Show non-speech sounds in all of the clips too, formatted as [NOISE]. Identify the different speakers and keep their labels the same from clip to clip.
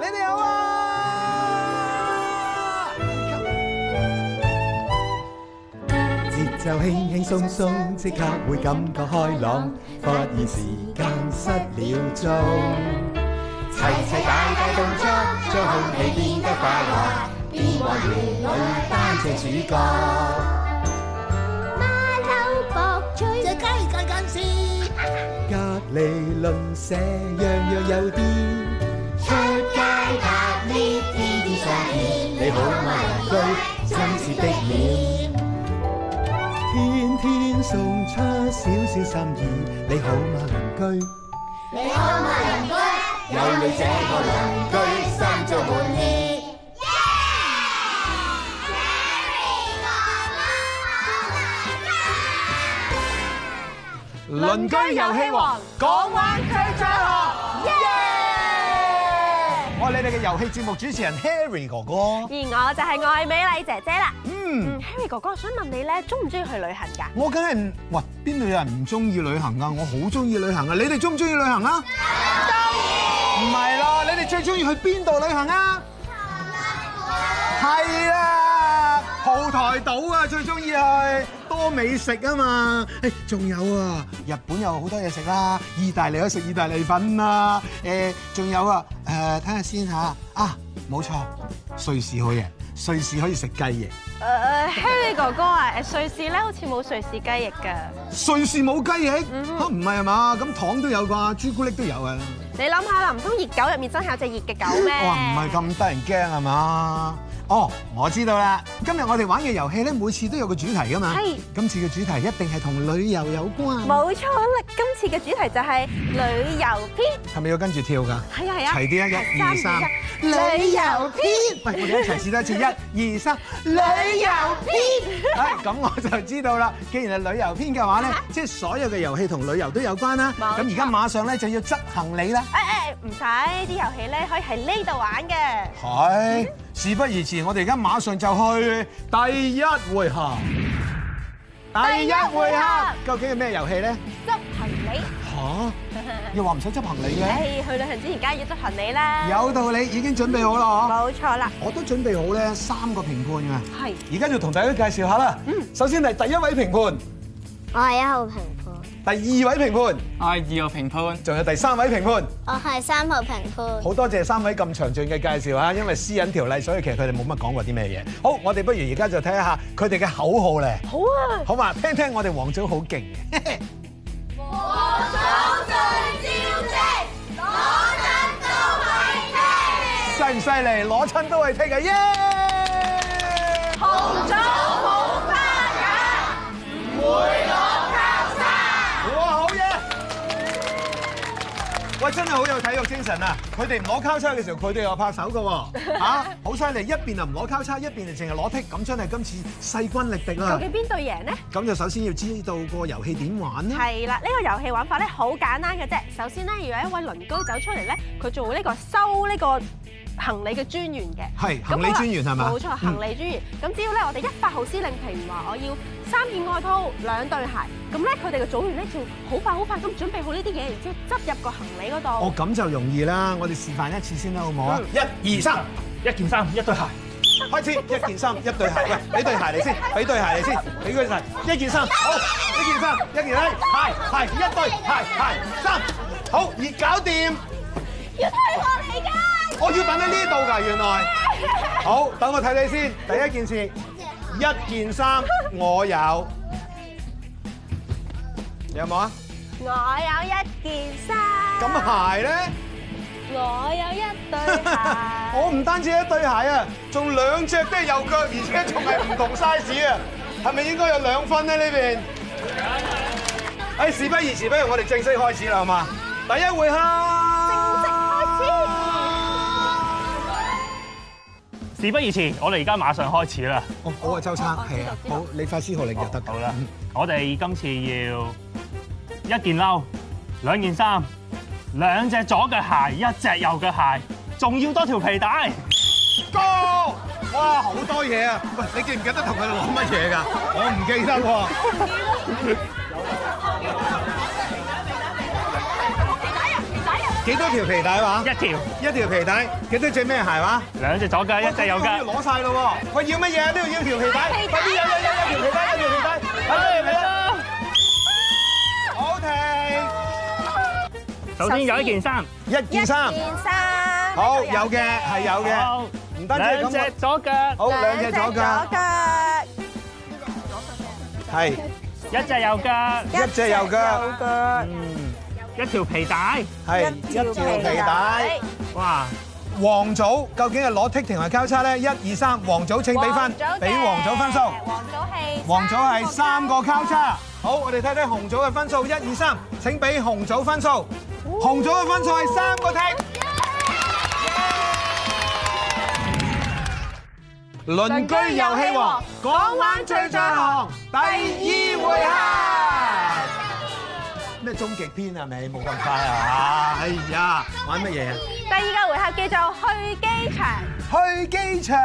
Speaker 1: 哋好啊！
Speaker 2: 節奏輕輕鬆鬆，即刻會感覺開朗，發現時間失了蹤。齊齊大大動作，將空氣變得快樂，變幻園裏扮隻主角。
Speaker 3: 馬騮博取，隻雞近近視，
Speaker 2: 隔離鄰舍樣樣有啲，
Speaker 3: 出街搭 lift 天天上演，
Speaker 2: 你好鄰居親切的臉。天天送出少少心意。你好嗎鄰居？
Speaker 3: 你好嘛鄰居，有你這個鄰居，心中滿意。
Speaker 1: 鄰居遊戲王，港灣區長學，我係你哋嘅遊戲節目主持人 Harry 哥哥。
Speaker 4: 而我就係愛美麗姐姐啦。
Speaker 1: 嗯，
Speaker 4: 嗯，Harry 哥哥，我想問你咧，中唔中意去旅行㗎？
Speaker 1: 我梗係唔喂邊度有人唔中意旅行啊？我好中意旅行啊！你哋中唔中意旅行啊？中意。唔係咯，你哋最中意去邊度旅行啊？係啦，蒲台島啊，最中意去多美食啊嘛。誒，仲有啊，日本有好多嘢食啦，意大利有食意大利粉啦。誒，仲有啊，誒，睇下先嚇。啊，冇錯，瑞士好嘢，瑞士可以食雞翼。
Speaker 4: 誒，Harry 呃哥哥啊，誒瑞士咧好似冇瑞士雞翼㗎。
Speaker 1: 瑞士冇雞翼
Speaker 4: 嗯
Speaker 1: 嚇，唔係啊嘛？咁糖都有啩，朱古力都有啊。
Speaker 4: 你諗下啦，唔通熱狗入面真係有隻熱嘅狗咩？
Speaker 1: 哇，唔係咁得人驚係啊嘛？哦，我知道啦。今日我哋玩嘅遊戲咧，每次都有個主題噶嘛。
Speaker 4: 係
Speaker 1: 今次嘅主題一定係同旅遊有關。
Speaker 4: 冇錯啦，今次嘅主題就係旅遊篇。
Speaker 1: 係咪要跟住跳㗎？
Speaker 4: 係啊係啊，
Speaker 1: 齊啲啊！一、二、三，
Speaker 4: 旅遊篇。
Speaker 1: 喂，我哋一齊試多一次，一、二、三，
Speaker 4: 旅遊篇。啊
Speaker 1: 係咁我就知道啦。既然係旅遊篇嘅話咧，即係所有嘅遊戲同旅遊都有關啦。
Speaker 4: 冇錯
Speaker 1: 咁而家馬上咧就要執行你啦。
Speaker 4: 誒誒，哎唔使啲遊戲咧，可以喺呢度玩嘅。
Speaker 1: 係，事不宜遲，我哋而家馬上就去第一回合。第一回合究竟係咩遊戲 [LAUGHS] 咧？
Speaker 4: 執行李，
Speaker 1: 吓？又話唔使執行李嘅？
Speaker 4: 誒，去旅行之前梗係要執行李啦。
Speaker 1: 有道理，已經準備好 [LAUGHS] 啦
Speaker 4: 冇錯啦，
Speaker 1: 嗬！我都準備好咧三個評判㗎，
Speaker 4: 係
Speaker 1: 而家就同大家介紹下啦。首先係第一位評
Speaker 3: 我係一號評判，
Speaker 1: 判，第二位評判，
Speaker 5: 我係二號評判，
Speaker 1: 仲有第三位評判。
Speaker 3: 我係三號評判。
Speaker 1: 好多謝三位咁詳盡嘅介紹啊！因為私隱條例，所以其實佢哋冇乜講過啲咩嘢。好，我哋不如而家就睇下佢哋嘅口號咧。
Speaker 4: 好啊。
Speaker 1: 好嘛，聽聽我哋黃組好勁嘅。犀唔犀利？攞親都係啊剔嘅，耶！
Speaker 4: 紅組冇花架，
Speaker 1: 哇，好嘢！喂，真係好有體育精神啊！佢哋唔攞交叉嘅時候，佢哋又拍手
Speaker 4: [LAUGHS]
Speaker 1: 嘅喎，嚇好犀利！一邊就唔攞交叉，一邊就淨係攞剔，咁真係今次勢均力敵
Speaker 4: 究
Speaker 1: 啦！
Speaker 4: 竟邊隊贏呢？
Speaker 1: 咁就首先要知道個遊戲點玩啦。
Speaker 4: 係啦，呢個遊戲玩法咧好簡單嘅啫。首先咧，要有一位鄰居走出嚟咧，佢做呢個收呢個行李嘅專員嘅。
Speaker 1: 係
Speaker 4: 咁
Speaker 1: 行李專員係嘛？嗯
Speaker 4: 冇錯，行李專員。咁只要咧，我哋一發號施令，譬如話我要三件外套、兩對鞋，咁咧佢哋嘅組員咧就好快好快咁準備好呢啲嘢，然之後執入個行李嗰
Speaker 1: 哦
Speaker 4: 度。，
Speaker 1: 咁就容易啦，我哋示範一次先啦，好唔好啊？一、二、三，
Speaker 5: 一件衫，一對鞋。
Speaker 1: 開始！一件衫，一對鞋。喂，俾對鞋嚟先，俾對鞋嚟先，俾佢睇。一件衫，好，一件衫，一件鞋，鞋鞋一對鞋鞋衫，好，熱搞掂。
Speaker 4: 要推我嚟㗎！
Speaker 1: 我要等喺呢度㗎，原來。好，等我睇你先。第一件事，一件衫我有，你有冇啊？
Speaker 4: 我有一件衫，
Speaker 1: 咁鞋咧？
Speaker 4: 我有一對鞋。
Speaker 1: [LAUGHS] 我唔單止一對鞋啊，仲兩隻都係右腳，而且仲係唔同 size 啊！係咪應該有兩分咧呢邊？誒，事不宜遲，不如我哋正式開始啦，好嘛？第一回合，
Speaker 5: 事不宜遲，我哋而家馬上開始啦。
Speaker 1: 我我係周生，係啊，好，你發施號令就得
Speaker 5: 好啦，我哋今次要一件褸、兩件衫、兩隻左腳鞋、一隻右腳鞋，仲要多條皮帶。
Speaker 1: Go！哇，好多嘢啊！喂，你記唔記得同佢哋攞乜嘢㗎？我唔記得喎。
Speaker 4: 皮帶啊！皮帶啊！
Speaker 1: 幾多條皮帶話？
Speaker 5: 一條
Speaker 1: 一條皮帶，幾多隻咩鞋話？
Speaker 5: 兩隻左腳，一隻
Speaker 1: 要
Speaker 5: 右腳。
Speaker 1: 攞晒咯喎！喂，要乜嘢啊？都要要條皮帶，快啲有有有有條皮帶，有條皮帶，係咪啦？好停，
Speaker 5: 首先有一件衫，
Speaker 1: 一件衫，
Speaker 4: 衫
Speaker 1: 好有嘅係有嘅，
Speaker 5: 好，
Speaker 1: 唔單止係
Speaker 5: 兩
Speaker 1: 咁啊
Speaker 5: 隻
Speaker 1: 喎，
Speaker 5: 左腳，
Speaker 1: 好兩隻左腳，
Speaker 4: 腳，
Speaker 1: 係
Speaker 5: 一隻右腳，
Speaker 1: 一隻右腳，
Speaker 5: 嗯，一條皮帶。
Speaker 1: 係一條皮帶。
Speaker 5: 哇！
Speaker 1: 黃組究竟係攞剔定係交叉咧？一二三，黃組請俾分，俾黃組分數。黃組係三個交叉。好，我哋睇睇紅組嘅分數，一二三，請俾紅組分數。紅組嘅分數係三個剔。鄰居遊戲王，港灣最在行第二回合。咩終極篇係咪？冇咁快啊！哎呀，玩乜嘢啊？
Speaker 4: 第二個回合叫做去機場。
Speaker 1: 去機場，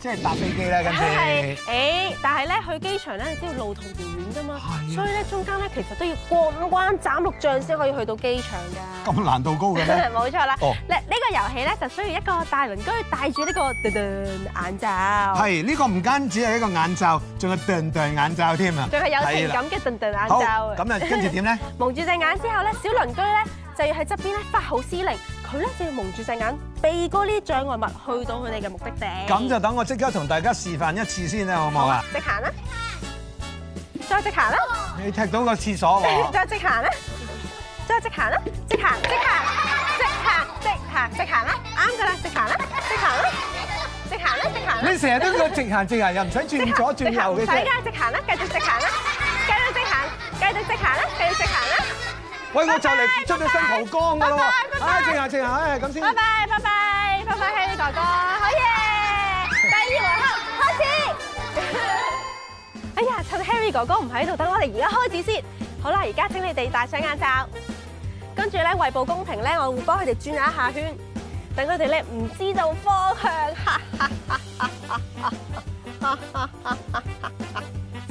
Speaker 1: 即係搭飛機啦，今 [LAUGHS]
Speaker 4: 梗係
Speaker 1: 次。
Speaker 4: 誒，但係咧去機場咧，你知道路途遙遠㗎嘛
Speaker 1: 係啊，
Speaker 4: 所以咧中間咧其實都要過五關斬六將先可以去到機場㗎。
Speaker 1: 咁難度高嘅咩？
Speaker 4: [LAUGHS] 冇錯啦，
Speaker 1: 哦
Speaker 4: 呢呢個遊戲咧就需要一個大鄰居戴住呢個噔噔眼罩，
Speaker 1: 係呢個唔單止係一個眼罩，仲有對對眼罩添啊！
Speaker 4: 仲係有情
Speaker 1: 係啦
Speaker 4: 感嘅噔噔眼
Speaker 1: 好，
Speaker 4: 罩。
Speaker 1: 咁啊，
Speaker 4: [LAUGHS]
Speaker 1: 跟住點咧？
Speaker 4: 蒙住隻眼之後咧，小鄰居咧就要喺側邊咧發號施令，佢咧就要蒙住隻眼，避過呢啲障礙物，去到佢哋嘅目的地。
Speaker 1: 咁就等我即刻同大家示範一次先啦，好唔好啊？
Speaker 4: 直行啦，再直行啦。
Speaker 1: 你踢到個廁所喎，
Speaker 4: [LAUGHS] 再直行啦，再直行啦，直行直行直行直行直行啦，啱噶啦，直行啦，直行啦，直行啦，直行啦。
Speaker 1: 你成日都叫我直行直行，又唔使轉左轉右嘅
Speaker 4: 唔使
Speaker 1: 啫。
Speaker 4: [LAUGHS] 噶，直行啦，繼續直行啦，繼續直行，繼續直行啦，繼續直行啦。
Speaker 1: 喂，我就嚟出咗新蒲江噶咯
Speaker 4: 拜拜拜
Speaker 1: 喎！
Speaker 4: [LAUGHS] 拜
Speaker 1: 啊，直行直行，唉，咁先。
Speaker 4: 拜拜拜拜拜拜，Harry 哥哥，好嘢！第二回合開始。哎呀，趁 Harry 哥哥唔喺度，等我哋而家開始先。好啦，而家請你哋戴上眼罩，跟住咧為保公平咧，我會幫佢哋轉下一下圈，等佢哋咧唔知道方向。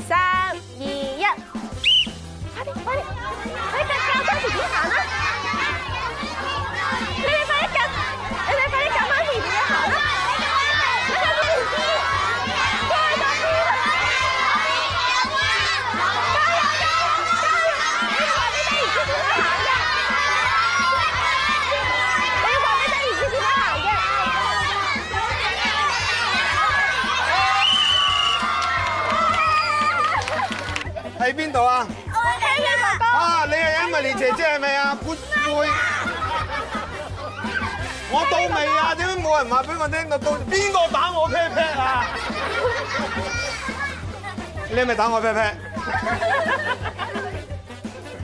Speaker 4: 三二一，快啲快啲，你更教多自己行啦！你哋快啲跟，你哋快啲跟翻前面嘅行啦！你哋快啲再多啲啦！加油加油加油！你話俾第二次點樣行嘅？你話俾第二次點樣行嘅？
Speaker 1: 喺邊度啊？
Speaker 4: 我聽嘅哥哥。
Speaker 1: 啊，你係 Emily 姐姐係咪啊？撥背。我到未啊？點解冇人話俾我聽我到？邊個打我 pat pat 啊？你係咪打我 pat pat？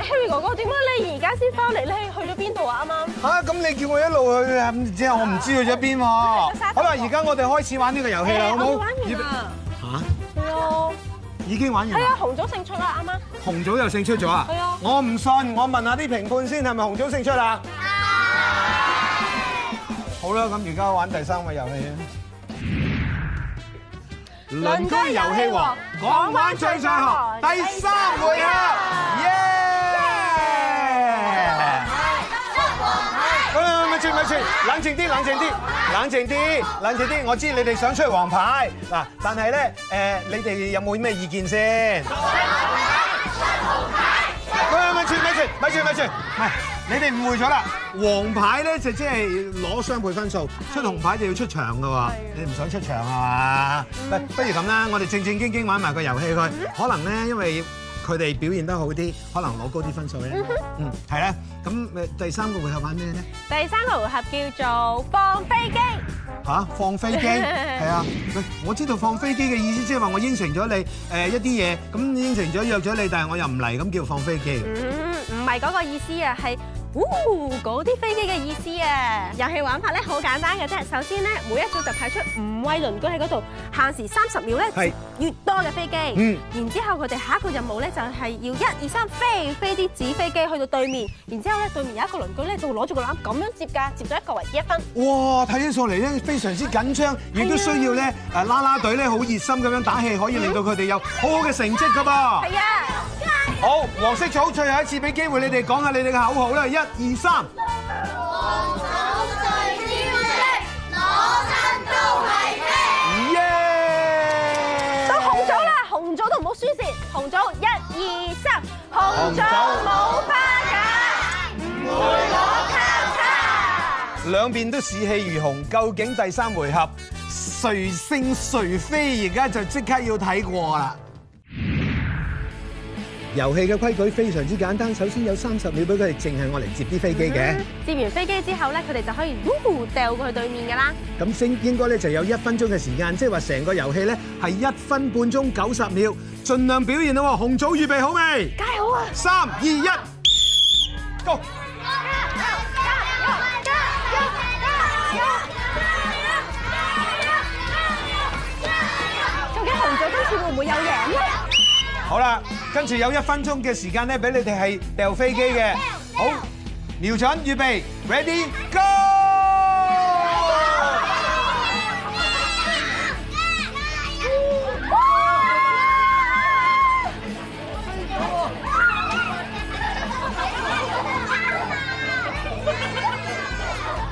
Speaker 4: Harry 哥哥，點解你而家先翻嚟咧？你去咗邊度啊？啱啱
Speaker 1: 嚇、咁你叫我一路去啊？唔知啊，我唔知去咗邊喎。好啦，而家我哋開始玩呢個遊戲啦，好
Speaker 4: 誒我
Speaker 1: 冇？
Speaker 4: 玩完啦。
Speaker 1: 嚇，
Speaker 4: 係啊，
Speaker 1: 已經玩完
Speaker 4: 係
Speaker 1: 啦
Speaker 4: 啊，。紅組勝出啦，啱啱。
Speaker 1: 紅組又勝出咗啊
Speaker 4: 係啊！
Speaker 1: 我唔信，我問下啲評判先，係咪紅組勝出啊？好啦，咁而家玩第三個遊戲啊！
Speaker 4: 鄰居遊戲王
Speaker 1: 港
Speaker 4: 港
Speaker 1: 灣
Speaker 4: 灣
Speaker 1: 最
Speaker 4: 最
Speaker 1: 在
Speaker 4: 在
Speaker 1: 行
Speaker 4: 行
Speaker 1: 第
Speaker 4: 第
Speaker 1: 三
Speaker 4: 三
Speaker 1: 回
Speaker 4: 回
Speaker 1: 合
Speaker 4: 合，
Speaker 1: 耶！喂咪住咪住，冷靜啲，冷靜啲，冷靜啲，冷靜啲。我知你哋想出去黃牌嗱，但係咧誒，你哋有冇咩意見先？喂咪住咪住咪住咪住，唔係你哋誤會咗啦。黃牌咧就即係攞雙倍分數，出紅牌就要出場噶喎。你唔想出場啊嘛？不不如咁啦，我哋正正經經玩埋個遊戲佢，可能咧因為。佢哋表現得好啲，可能攞高啲分數咧。嗯，係啦。咁誒第三個回合玩咩咧？
Speaker 4: 第三個回合叫做放飛機。
Speaker 1: 嚇、放飛機係啊！喂，我知道放飛機嘅意思，即係話我應承咗你誒一啲嘢，咁應承咗約咗你，但係我又唔嚟，咁叫放飛機。
Speaker 4: 嗯，唔係嗰個意思啊，係。呜，嗰啲飛機嘅意思啊！遊戲玩法咧好簡單嘅啫，首先咧每一組就派出五位鄰居喺嗰度，限時三十秒咧
Speaker 1: 係
Speaker 4: 接越多嘅飛機。
Speaker 1: 嗯
Speaker 4: 然之後佢哋下一個任務咧就係要一二三飛飛啲紙飛機去到對面，然之後咧對面有一個鄰居咧就會攞住個籃咁樣接㗎，接咗一個為一分。
Speaker 1: 哇！睇起上嚟咧，非常之緊張，亦都需要咧誒啦啦隊咧好熱心咁樣打氣，可以令到佢哋有好好嘅成績㗎噃。
Speaker 4: 係啊！
Speaker 1: 好，黃色組最後一次俾機會你哋講下你哋嘅口號啦！一、二、三。
Speaker 3: 我
Speaker 1: 兩邊都士氣如虹，究竟第三回合誰勝誰飛？而家就即刻要睇過啦！遊戲嘅規矩非常之簡單，首先有三十秒俾佢哋，淨係我嚟接啲飛機嘅。
Speaker 4: 接完飛機之後咧，佢哋就可以呼掉過去對面㗎啦。
Speaker 1: 咁先應該咧就有一分鐘嘅時間，即係話成個遊戲咧係一分半鐘九十秒，盡量表現啦喎！紅組預備好啊未？
Speaker 4: 加油啊！
Speaker 1: 三二一，Go！
Speaker 4: 究竟紅組今次會唔會有贏咧？
Speaker 1: 好啦，跟住有一分鐘嘅時間咧，俾你哋係掉飛機嘅。好，瞄準，預備，ready go！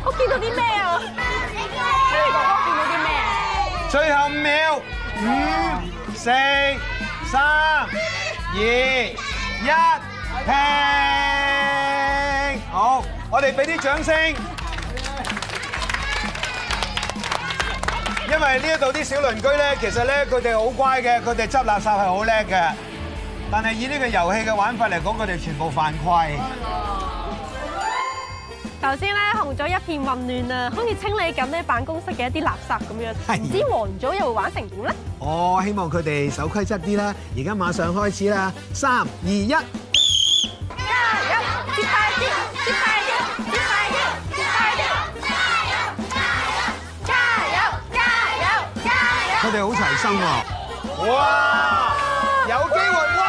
Speaker 4: 我見到啲咩啊？Harry 哥哥見到啲咩啊？
Speaker 1: 最後五秒，五、四、三、二、一，停！好，我哋俾啲掌聲，因為呢一度啲小鄰居咧，其實咧佢哋好乖嘅，佢哋執垃圾係好叻嘅，但係以呢個遊戲嘅玩法嚟講，佢哋全部犯規。
Speaker 4: 頭先咧紅組一片混亂啊，好似清理緊咧辦公室嘅一啲垃圾咁樣，唔知黃組又會玩成點咧？
Speaker 1: 我希望佢哋守規則啲啦，而家馬上開始啦，三二一。
Speaker 4: 接快啲，接快啲，接快啲，接快啲！
Speaker 1: 佢哋好齊心喎！哇，有機會，哇，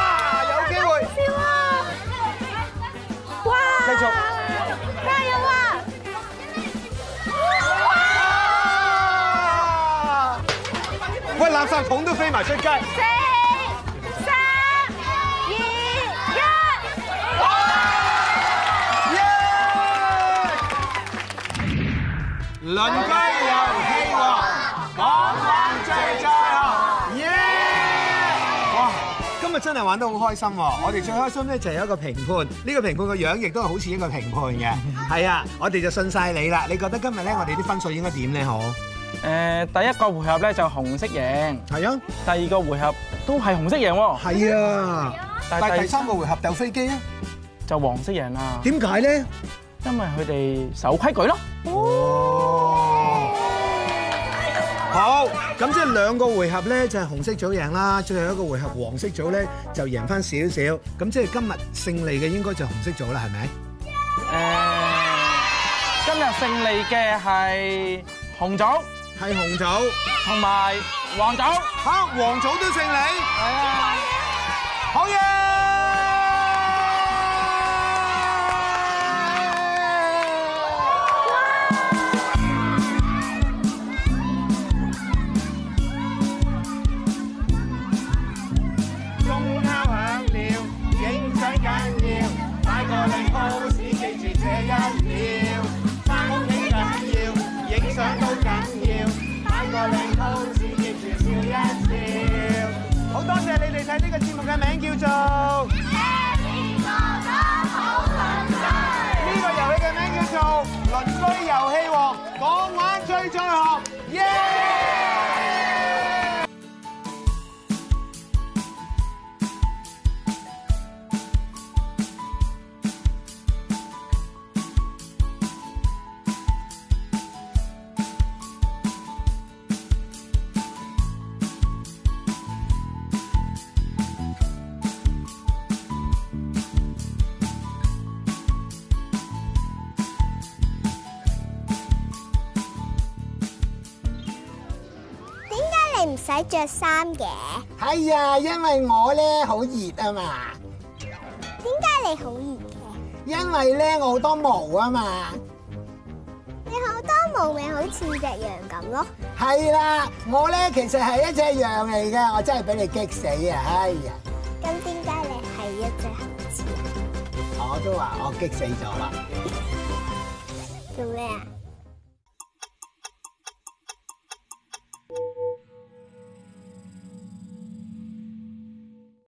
Speaker 1: 有機會，
Speaker 4: 笑啊！哇！
Speaker 1: 繼續
Speaker 4: 加油啊！
Speaker 1: 啊！喂，垃圾桶都飛埋出街，
Speaker 4: 四、三、二、一！
Speaker 1: 耶！鄰居遊戲王，港灣最在行，耶！哇！今日真係玩得好開心喎！我哋最開心咧就係有一個評判，呢個評判個樣亦都係好似一個評判嘅，係啊！我哋就信晒你啦！你覺得今日咧我哋啲分數應該點咧？好
Speaker 6: 誒第一個回合咧就紅色贏，
Speaker 1: 係啊！
Speaker 6: 第二個回合都係紅色贏喎，
Speaker 1: 係啊，但
Speaker 6: 但
Speaker 1: 係
Speaker 6: 係
Speaker 1: 第
Speaker 6: 第
Speaker 1: 三個回合掉飛機啊？
Speaker 6: 就黃色贏啦，
Speaker 1: 點解咧？
Speaker 6: 因為佢哋守規矩咯。
Speaker 1: 哦，好，咁即係兩個回合咧就係紅色組贏啦，最後一個回合黃色組咧就贏翻少少，咁即係今日勝利嘅應該就係紅色組啦，係咪？
Speaker 6: 誒，今日勝利嘅係紅組
Speaker 1: 係紅組，
Speaker 6: 同埋黃組，
Speaker 1: 嚇黃組都勝利，
Speaker 6: 係啊，
Speaker 1: 好嘢！好多謝你哋睇呢個節目嘅名叫做。呢個遊戲嘅名叫做鄰居遊戲王，港玩最在行，耶！
Speaker 7: 點解你唔使着衫嘅？
Speaker 1: 係啊，因為我咧好熱啊嘛，
Speaker 7: 點解你好熱嘅？
Speaker 1: 因為咧我好多毛啊嘛，
Speaker 7: 你好多毛咪好似只羊咁咯？
Speaker 1: 係啦，我咧其實係一隻羊嚟嘅，我真係俾你激死啊！哎呀，
Speaker 7: 咁點解你係一隻猴子啊？
Speaker 1: 我都話我激死咗啦。
Speaker 7: 做咩啊？